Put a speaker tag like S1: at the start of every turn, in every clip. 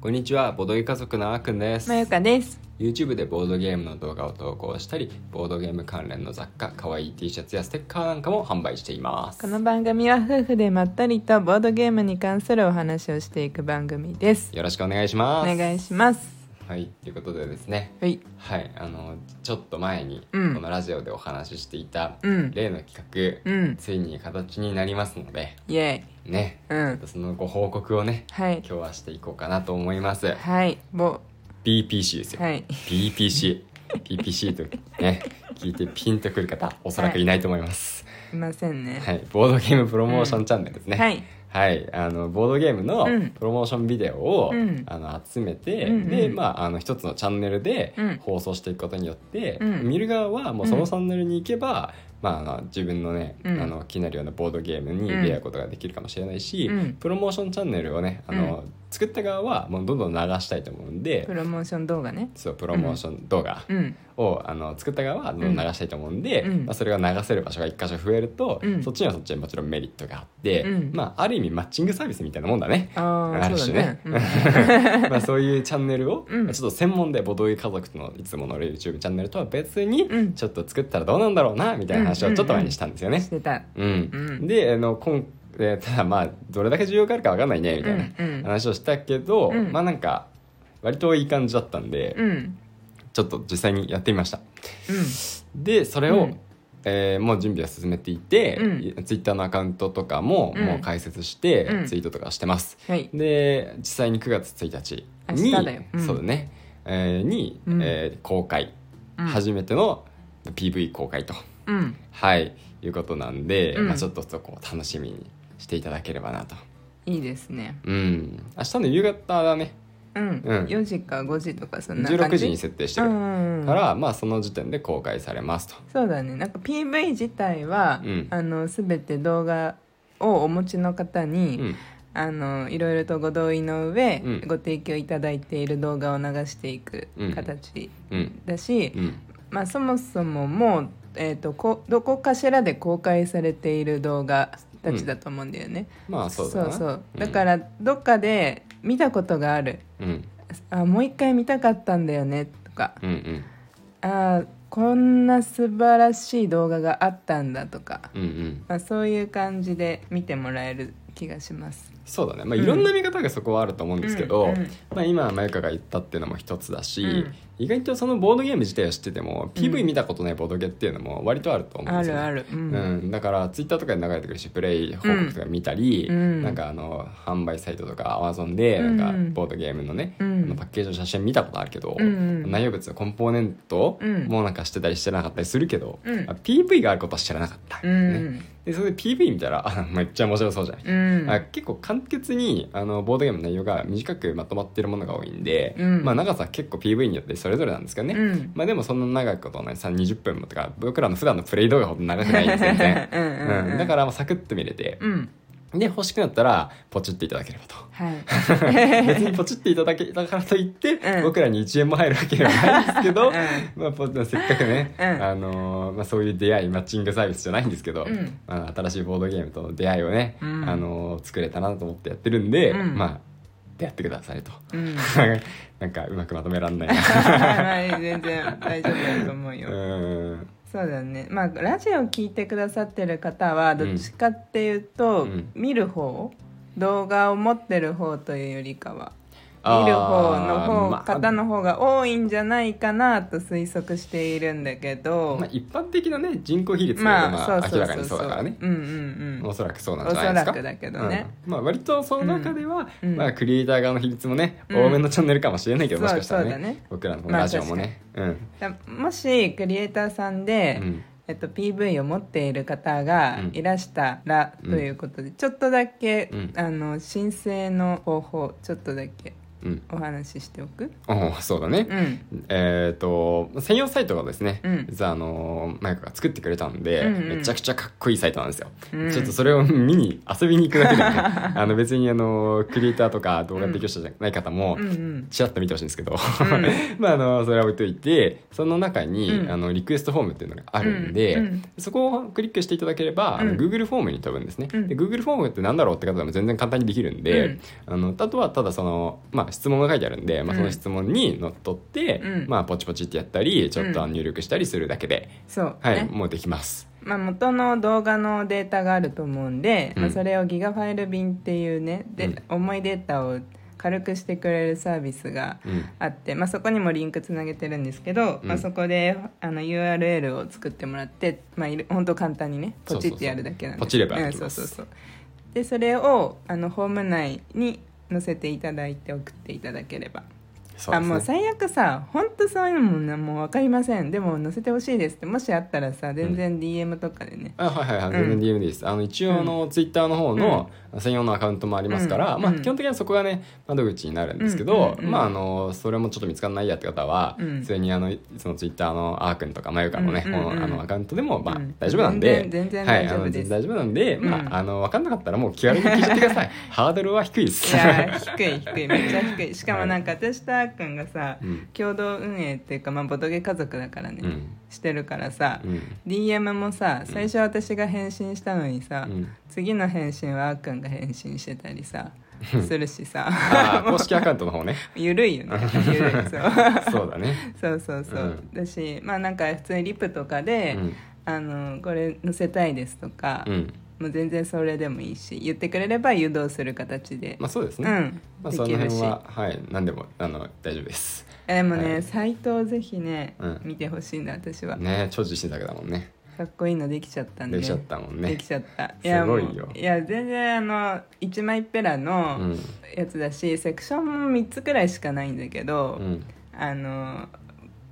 S1: こんにちはボードゲ家族のあーくんです
S2: まゆかです。
S1: YouTube でボードゲームの動画を投稿したりボードゲーム関連の雑貨かわいい T シャツやステッカーなんかも販売しています
S2: この番組は夫婦でまったりとボードゲームに関するお話をしていく番組です。
S1: よろしくお願いし
S2: お
S1: ます
S2: 願いします。
S1: はいということでですね
S2: はい。
S1: はいあのちょっと前に、
S2: うん
S1: このラジオでお話ししていた、
S2: うん
S1: 例の企画、
S2: うん
S1: ついに形になりますので
S2: イエ
S1: ね
S2: イ。うん。
S1: そのご報告をね
S2: はい
S1: 今。日はしていこうかなと思います
S2: はい。ぼ、
S1: BPC ですよ、
S2: はい。
S1: BPC BPC とね聞いてピンとくる方おそらくいないと思います、
S2: いませんね。
S1: はい、ボードゲームプロモーションチャンネルですね、
S2: はい。
S1: はい、あのボードゲームの
S2: うん
S1: プロモーションビデオを、
S2: うん
S1: あの集めて、
S2: うんうん
S1: で、まあ、あの一つのチャンネルで
S2: うん
S1: 放送していくことによって、
S2: うん
S1: 見る側はもうそのチャンネルに行けば、まあ、あの自分のね、
S2: うん
S1: あの気になるようなボードゲームに出
S2: うん
S1: 会うことができるかもしれないし、
S2: うん
S1: プロモーションチャンネルをねあの、作った側はもうどんどん流したいと思うんで
S2: プ。ロモーション動画ね。
S1: そうプロモーション動画
S2: うん。
S1: を、あの作った側はどんどん流したいと思うんで、
S2: うん
S1: まあ、それが流せる場所が一箇所増えると、
S2: うん
S1: そっちにはそっちにもちろんメリットがあって、
S2: うん
S1: まあ、ある意味マッチングサービスみたいなもんだ ね。
S2: あ
S1: あ
S2: あ、
S1: る
S2: そ
S1: 種
S2: うだ
S1: ね
S2: ね。うん
S1: まあそういうチャンネルを、
S2: うん
S1: まあちょっと専門でボドゲ家族のいつもの YouTube チャンネルとは別に、
S2: うん
S1: ちょっと作ったらどうなんだろうなみたいな話をちょっと前にしたんですよね
S2: し。てた。
S1: うん
S2: うん
S1: であの今えーただまあどれだけ需要があるか分かんないねみたいな
S2: うんうん
S1: 話をしたけど、
S2: うん
S1: まあなんか割といい感じだったんで、
S2: うん。うん。
S1: ちょっと実際にやってみました。でそれを、
S2: うん
S1: えーもう準備は進めていて、
S2: う
S1: ツイッターのアカウントとかも、
S2: うん
S1: もう開設して、
S2: うん
S1: ツイートとかしてます。
S2: はい。
S1: で実際に9月1日に
S2: 明日だようん
S1: そうだね、えーに、
S2: うん
S1: えー公開、
S2: うん
S1: 初めての PV 公開と、
S2: うん。
S1: はいいうことなんで、
S2: うん
S1: まあ、ちょっとそこを楽しみにしていただければなと
S2: いいですね。
S1: うん明日の夕方だね
S2: うん
S1: うん。
S2: 4時か5時とかそんな感じ。
S1: 16時に設定して
S2: う
S1: る
S2: んうんうん
S1: から、まあその時点で公開されますと
S2: そうだねなんか PV 自体は、
S1: うん
S2: あの全て動画をお持ちの方に、
S1: うん
S2: あのいろいろとご同意の上、
S1: うん
S2: ご提供いただいている動画を流していく
S1: うん
S2: 形
S1: うん
S2: だし、
S1: うん
S2: まあ、そもそももう、えー、とこどこかしらで公開されている動画たちだと思うんだよね、
S1: まあそうだな
S2: そう
S1: うん
S2: だからどっかで見たことがある
S1: うん
S2: あもう一回見たかったんだよねとか
S1: うんうん
S2: あーこんな素晴らしい動画があったんだとか
S1: うんうん
S2: まあ、そういう感じで見てもらえる気がします。
S1: そうだね、まあ、
S2: うん
S1: いろんな見方がそこはあると思うんですけど、
S2: うんうん
S1: まあ、今まゆかが言ったっていうのも一つだし、
S2: うん
S1: 意外とそのボードゲーム自体を知ってても、
S2: うん
S1: PV 見たことないボードゲーっていうのも割とあると思うん
S2: あ
S1: ですよ、
S2: る
S1: ね、
S2: ある。う。
S1: うんんだからツイッターとかに流れてくるしプレイ報告とか見たり、
S2: うん
S1: なんかあの販売サイトとかアマゾンで
S2: うん
S1: なんかボードゲームのね、
S2: うん
S1: あのパッケージの写真見たことあるけど、
S2: うんうん
S1: 内容物のコンポーネント
S2: うん
S1: もなんかしてたりしてなかったりするけど、
S2: うん
S1: まあ PV があることは知らなかった、
S2: う
S1: ね、
S2: ん。
S1: でそれで PV 見たらあめっちゃ面白そうじゃない、
S2: うん。
S1: あ結構簡潔にあのボードゲームの内容が短くまとまってるものが多いんで、
S2: うん
S1: まあ、長さは結構 PV によってそれぞれなんですけどね、
S2: うん、
S1: まあ、でもそんな長いことはないさ20分もとか僕らの普段のプレイ動画ほど長くないんですよね
S2: うんうんうん
S1: だからまあサクッと見れて
S2: うん。
S1: で欲しくなったらポチっていただければと
S2: はい。
S1: 別にポチっていただけたからといって、
S2: うん
S1: 僕らに1円も入るわけではないんですけど、
S2: うん
S1: まあポチ、せっかくね、
S2: うん
S1: あのーまあ、そういう出会いマッチングサービスじゃないんですけど、
S2: うん
S1: まあ、新しいボードゲームとの出会いをね、
S2: うん
S1: あのー作れたなと思ってやってるんで、
S2: うん
S1: まあ出会ってくださいと
S2: うん。
S1: なんかうまくまとめらんないな
S2: はい全然大丈夫だと思う
S1: う
S2: よ。
S1: ん
S2: そうだね。まあラジオ聞いてくださってる方はどっちかっていうと、
S1: うん
S2: 見る方、動画を持ってる方というよりかは。
S1: あー
S2: 見る方の方、
S1: まあ
S2: 方の方が多いんじゃないかなと推測しているんだけど、
S1: まあ、一般的なね人口比率が
S2: ま
S1: ま
S2: あ、
S1: あ
S2: そう
S1: 明
S2: そう
S1: らか
S2: そ
S1: に
S2: う
S1: そ
S2: そうう
S1: だからね
S2: うんうんうん
S1: おそらくそうなんじゃないですか
S2: おそらくだけどね
S1: うんまあ割とその中では、
S2: うん
S1: まあ、クリエイター側の比率もね、
S2: うん
S1: 多めのチャンネルかもしれないけど、
S2: うん
S1: もしかしたらね
S2: そうそうだね
S1: 僕らのこのラジオもね、うん
S2: だもしクリエイターさんで、
S1: うん
S2: えっと、PV を持っている方が
S1: うん
S2: いらしたら、
S1: うん
S2: ということでちょっとだけ、
S1: うん
S2: あの申請の方法ちょっとだけ
S1: うん
S2: お話ししておく、
S1: おーそうだね、
S2: うん、
S1: えっ、と専用サイトがですね、
S2: うん
S1: 実はあのマイクが作ってくれたんで、
S2: うんうん
S1: めちゃくちゃかっこいいサイトなんですよ、
S2: うん
S1: ちょっとそれを見に遊びに行くだけ で、ね、あの別にあのクリエイターとか動画提供者じゃない方も、
S2: うんうん
S1: ちらっと見てほしいんですけど、
S2: ん
S1: まああのそれは置いといてその中に、
S2: うん
S1: あのリクエストフォームっていうのがあるんで、
S2: うんうん
S1: そこをクリックしていただければ、あの
S2: うん
S1: Google フォームに飛ぶんですね、
S2: うん
S1: で Google フォームってなんだろうって方でも全然簡単にできるんで、あのあとはただその、まあ、あ、質問が書いてあるんで、まあ、
S2: うん
S1: その質問にのっとって、
S2: うん
S1: まあ、ポチポチってやったりちょっと
S2: うん
S1: 入力したりするだけで、
S2: そう、
S1: はい、
S2: ね
S1: もうできます
S2: まあ、元の動画のデータがあると思うんで、
S1: うん
S2: まあ、それをギガファイル便っていうねで、
S1: うん
S2: 重いデータを軽くしてくれるサービスが
S1: うん
S2: あって、まあ、そこにもリンクつなげてるんですけど、
S1: うん
S2: まあ、そこであの URL を作ってもらって、まあ、いる本当簡単にねポチってやるだけなん
S1: そうそうそうポ
S2: で
S1: チれば
S2: うん
S1: できます
S2: そうそうそうでそれをあのホーム内に載せていただいて送っていただければ、
S1: そう
S2: あ
S1: です
S2: もう
S1: ね
S2: 最悪さ本当そういうのもなもう分かりませんでも載せてほしいですってもしあったらさ全然 DM とか でね、
S1: あはいはいはい全然 DM です、あの一応あの、ツイッターの方の専用のアカウントもありますから、
S2: うん
S1: まあ、
S2: うん
S1: 基本的にはそこがね窓口になるんですけど、
S2: うんうんうん
S1: まああのそれもちょっと見つからないやって方は、
S2: うん
S1: 普通にあのそのツイッターのあーくんとかまゆかのね、
S2: うんうんうん
S1: あのアカウントでもまあ
S2: うん
S1: 大丈夫なんで、
S2: 全然全然
S1: はい
S2: 大丈夫
S1: あの
S2: です
S1: 全然大丈夫なんで、まあ、
S2: うん
S1: あの分かんなかったらもう気軽に聞いてくださ いハードルは低いです
S2: いやー低い低いめっちゃ低いしかもなんか私とあーくんがさ、
S1: うん
S2: 共同運営っていうか、まあ、ボトゲ家族だからね、
S1: うん
S2: してるからさ、
S1: うん
S2: DM もさ最初私が返信したのにさ、
S1: うん
S2: 次の返信はあーくんが返信してたりさするしさ
S1: あー
S2: もう
S1: 公式アカウントの方ね
S2: ゆるいよ ねゆるいそう
S1: そうだ ね
S2: そうそうそう、
S1: うん
S2: だしまあなんか普通にリプとかで、
S1: うん
S2: あのこれ載せたいですとか、
S1: うん
S2: もう全然それでもいいし言ってくれれば誘導する形で、
S1: まあそうですね、
S2: うん、
S1: まあ、
S2: で
S1: その
S2: きる
S1: 辺
S2: し
S1: は、はい、何でもあの大丈夫です。
S2: えでもね、
S1: はい
S2: サイトをぜひね、
S1: うん
S2: 見てほしいんだ私は、
S1: ね超自信作だもんね。
S2: かっこいいのできちゃったんで
S1: できちゃったもんね
S2: できちゃったいや
S1: すごいよ
S2: もういや全然あの一枚ペラ
S1: う
S2: の
S1: ん、
S2: やつだし、セクションも3つくらいしかないんだけど、
S1: うん、
S2: あの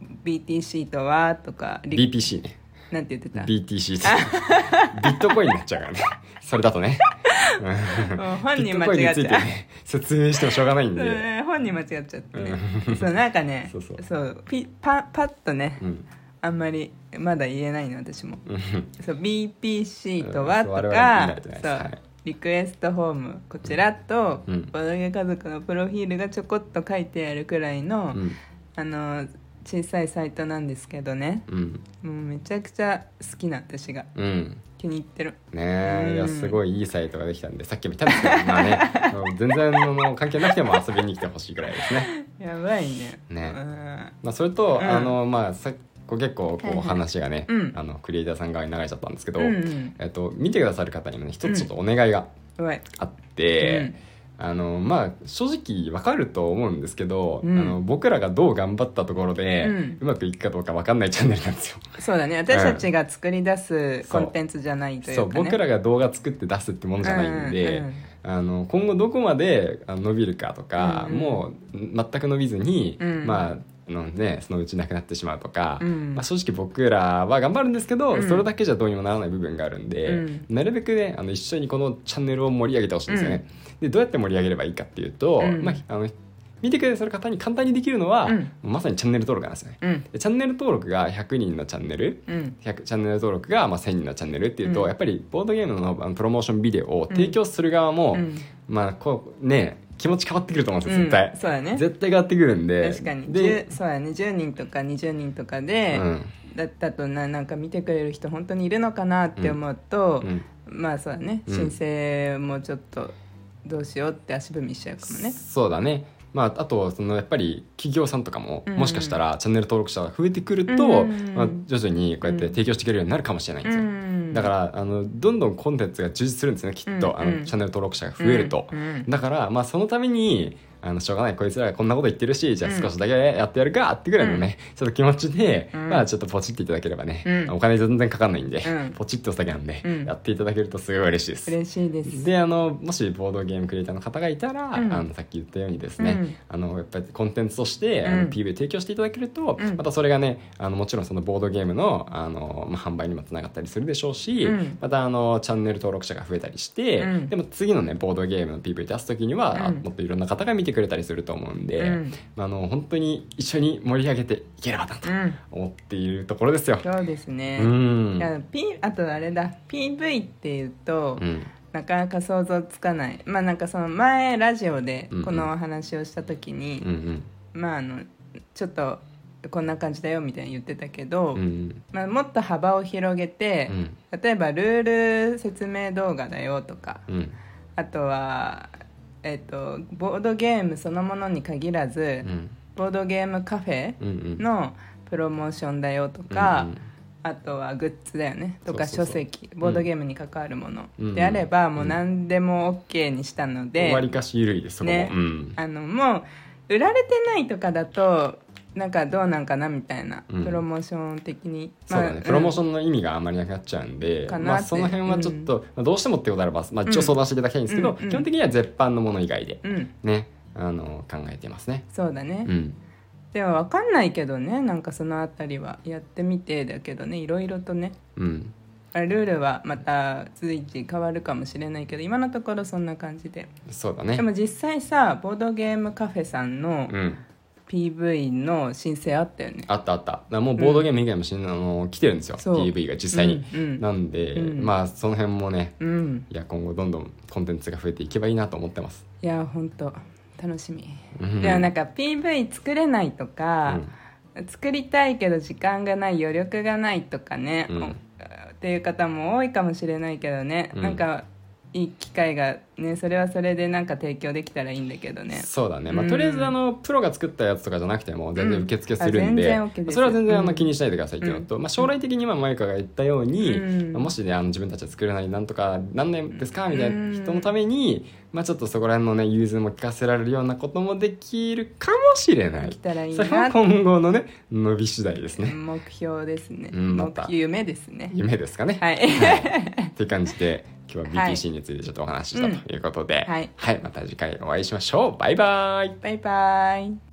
S2: BTC とはとかリ
S1: BPC ね
S2: なんて言ってた
S1: BTC ってビットコインになっちゃう からねそれだとね
S2: もう本
S1: ビッ
S2: 人
S1: ト
S2: 間
S1: コインに
S2: 違っ
S1: つい
S2: ち
S1: て、
S2: ゃう
S1: ね、説明してもしょうがないん
S2: そう
S1: で、
S2: ね本人間違っちゃってね、
S1: うん
S2: そうなんかね
S1: そうそう
S2: ピパパッとね、
S1: うん
S2: あんまりまだ言えないの私も
S1: うん、
S2: そう BPC とは
S1: うん
S2: と
S1: 我々は見
S2: か
S1: ないとね
S2: そう
S1: はい
S2: リクエストフォームこちらと、
S1: うん
S2: ボドゲ家族のプロフィールがちょこっと書いてあるくらいの、
S1: うん
S2: あの小さいサイトなんですけどね
S1: うん
S2: もうめちゃくちゃ好きな私が
S1: うん
S2: 気に入ってる
S1: ねえ、
S2: うん
S1: いやすごいいいサイトができたんでさっきも言ったんですけど、まあね、 あの全然あの関係なくても遊びに来てほしいぐらいですね。
S2: やばいね
S1: ね
S2: うん
S1: まあ、それと、
S2: うん
S1: あのまあさっこう結構
S2: はい
S1: こ
S2: は
S1: う
S2: い
S1: 話がね、
S2: うん
S1: あのクリエイターさん側に流れちゃったんですけど、
S2: うんうん
S1: えっと、見てくださる方にもね一つちょっとお願いが
S2: うまい
S1: あって、あのまあ正直わかると思うんですけど、
S2: うん
S1: あの僕らがどう頑張ったところで、
S2: う
S1: うんまくいくかどうかわかんないチャンネルなんですよ。
S2: そうだね私たちが作り出すコンテンツじゃないとい
S1: そう
S2: うか、ね
S1: 僕らが動画作って出すってものじゃないんで、
S2: うんうん
S1: あの今後どこまであの伸びるかとか、
S2: うんうん
S1: もう全く伸びずに、
S2: うん
S1: まああのね、そのうちなくなってしまうとか、
S2: うん
S1: まあ、正直僕らは頑張るんですけど、
S2: うん
S1: それだけじゃどうにもならない部分があるんで、
S2: うん
S1: なるべくねあの一緒にこのチャンネルを盛り上げてほしいんですよね。でどうやって盛り上げればいいかっていうと、
S2: うん
S1: まあ、あの見てくださる方に簡単にできるのは、
S2: うん
S1: まさにチャンネル登録なんですよね。
S2: うん
S1: でチャンネル登録が100人のチャンネル、
S2: うん
S1: 100チャンネル登録がまあ1000人のチャンネルっていうと、
S2: うん
S1: やっぱりボードゲームのあのプロモーションビデオを提供する側も、
S2: うん
S1: まあこうね気持ち変わってくると思うんですよ
S2: うん
S1: 絶対、
S2: そうだね
S1: 絶対変わってくるんで
S2: 確かに
S1: で
S2: で、そうやね10人とか20人とかで、
S1: うん
S2: だったとななんか見てくれる人本当にいるのかなって思うと、
S1: うん、
S2: まあそうだね
S1: うん
S2: 申請もちょっとどうしようって足踏みしちゃうかもね、
S1: そうだねまあ、あとそのやっぱり企業さんとかも
S2: うん
S1: もしかしたらチャンネル登録者が増えてくると、
S2: うん
S1: まあ、徐々にこうやって提供していけるようになるかもしれないんですよ、
S2: うん
S1: だからあのどんどんコンテンツが充実するんですねきっと、
S2: うん
S1: あのチャンネル登録者が増えると、
S2: うんうん
S1: だから、まあ、そのためにあのしょうがないこいつらがこんなこと言ってるしじゃあ少しだけやってやるかってぐらいのね、ちょっと気持ちで、
S2: うん
S1: まあ、ちょっとポチっていただければね、
S2: うん
S1: お金全然かかんないんで、
S2: うん
S1: ポチってお酒なんで、
S2: うん
S1: やっていただけるとすごい嬉しいです。
S2: 嬉しいです
S1: であのもしボードゲームクリエイターの方がいたら、
S2: うん
S1: あのさっき言ったようにですね、
S2: うん
S1: あのやっぱりコンテンツとして、あ
S2: うん
S1: の PV 提供していただけると、
S2: うん
S1: またそれがねあのもちろんそのボードゲームのあの、まあ、販売にもつながったりするでしょうし、
S2: うん
S1: またあのチャンネル登録者が増えたりして、
S2: うん
S1: でも次のねボードゲームの PV 出す時には、あ
S2: うん
S1: もっといろんな方が見てくれたりすると思うんで、
S2: うん
S1: まあ、あの本当に一緒に盛り上げていければなと
S2: うん
S1: 思っているところですよ。
S2: そうですね、
S1: うん
S2: いや P あとあれだ PV っていうと、
S1: うん
S2: なかなか想像つかないまあなんかその前ラジオで
S1: うんうん
S2: このお話をした時に、
S1: うん
S2: まああのちょっとこんな感じだよみたいに言ってたけど、
S1: うんうん
S2: まあ、もっと幅を広げて、
S1: うん
S2: 例えばルール説明動画だよとか
S1: うん
S2: あとはえっと、ボードゲームそのものに限らず、
S1: うん
S2: ボードゲームカフェ
S1: うんうん
S2: のプロモーションだよとか、
S1: うんうん
S2: あとはグッズだよねとか
S1: そうそうそう
S2: 書籍ボードゲームに関わるもの、
S1: うん
S2: であれば
S1: うん
S2: もう何でも OK にしたので、
S1: わりかし緩いですそこも、
S2: ね
S1: うん
S2: あのもう売られてないとかだとなんかどうなんかなみたいな、
S1: うん
S2: プロモーション的に、
S1: そうだね、プロモーシ
S2: ョ
S1: ョンの意味があんまりなくなっちゃうんで
S2: かなって
S1: まあ、その辺はちょっと、まあどうしてもってことあれば、まあ、一応相談していただきたいんですけど、
S2: うんうんうん
S1: 基本的には絶版のもの以外で
S2: ン、うん、
S1: ねあの考えてますね。
S2: そうだね、
S1: うん、
S2: でも分かんないけどねなんかそのあたりはやってみてだけどねいろいろとね
S1: うん
S2: ルールはまた随時変わるかもしれないけど今のところそんな感じで
S1: そうだね
S2: でも実際さボードゲームカフェさんの
S1: うん、
S2: PV の申請あったよね、
S1: あったあっただからもうボードゲーム以外もし、あの来てるんですよ
S2: そう
S1: PV が実際に、
S2: うんうん
S1: なんで、
S2: うん
S1: まあその辺もね
S2: うん
S1: いや今後どんどんコンテンツが増えていけばいいなと思ってます、
S2: いや本当楽しみ、
S1: うん
S2: でもなんか PV 作れないとか、作りたいけど時間がない余力がないとかね、
S1: うん
S2: おっていう方も多いかもしれないけどね、
S1: うん
S2: なんかいい機会がねそれはそれでなんか提供できたらいいんだけどね
S1: そうだね、まあ
S2: うん
S1: とりあえずあのプロが作ったやつとかじゃなくても全然受付するんで,、
S2: うんあ全然 OK です
S1: それは全然あ
S2: う
S1: の
S2: ん
S1: 気にしないでくださいっていうのと、まあ、将来的にまあマイカが言ったように、
S2: うん
S1: もしねあの自分たちは作れないなんとか何年ですかみたい
S2: うん
S1: な人のために、まあ、ちょっとそこら辺のね融通も聞かせられるようなこともできるかもしれな
S2: で
S1: い
S2: きたらいい
S1: それは
S2: な
S1: 今後のね伸び次第ですね
S2: 目標ですね、
S1: うんまた
S2: 目夢ですね
S1: 夢ですかね、
S2: はい
S1: っていう感じで今日は BTC についてちょっとお話ししたということで、
S2: はいうんはい
S1: また次回お会いしましょうバイバイ
S2: バイバイ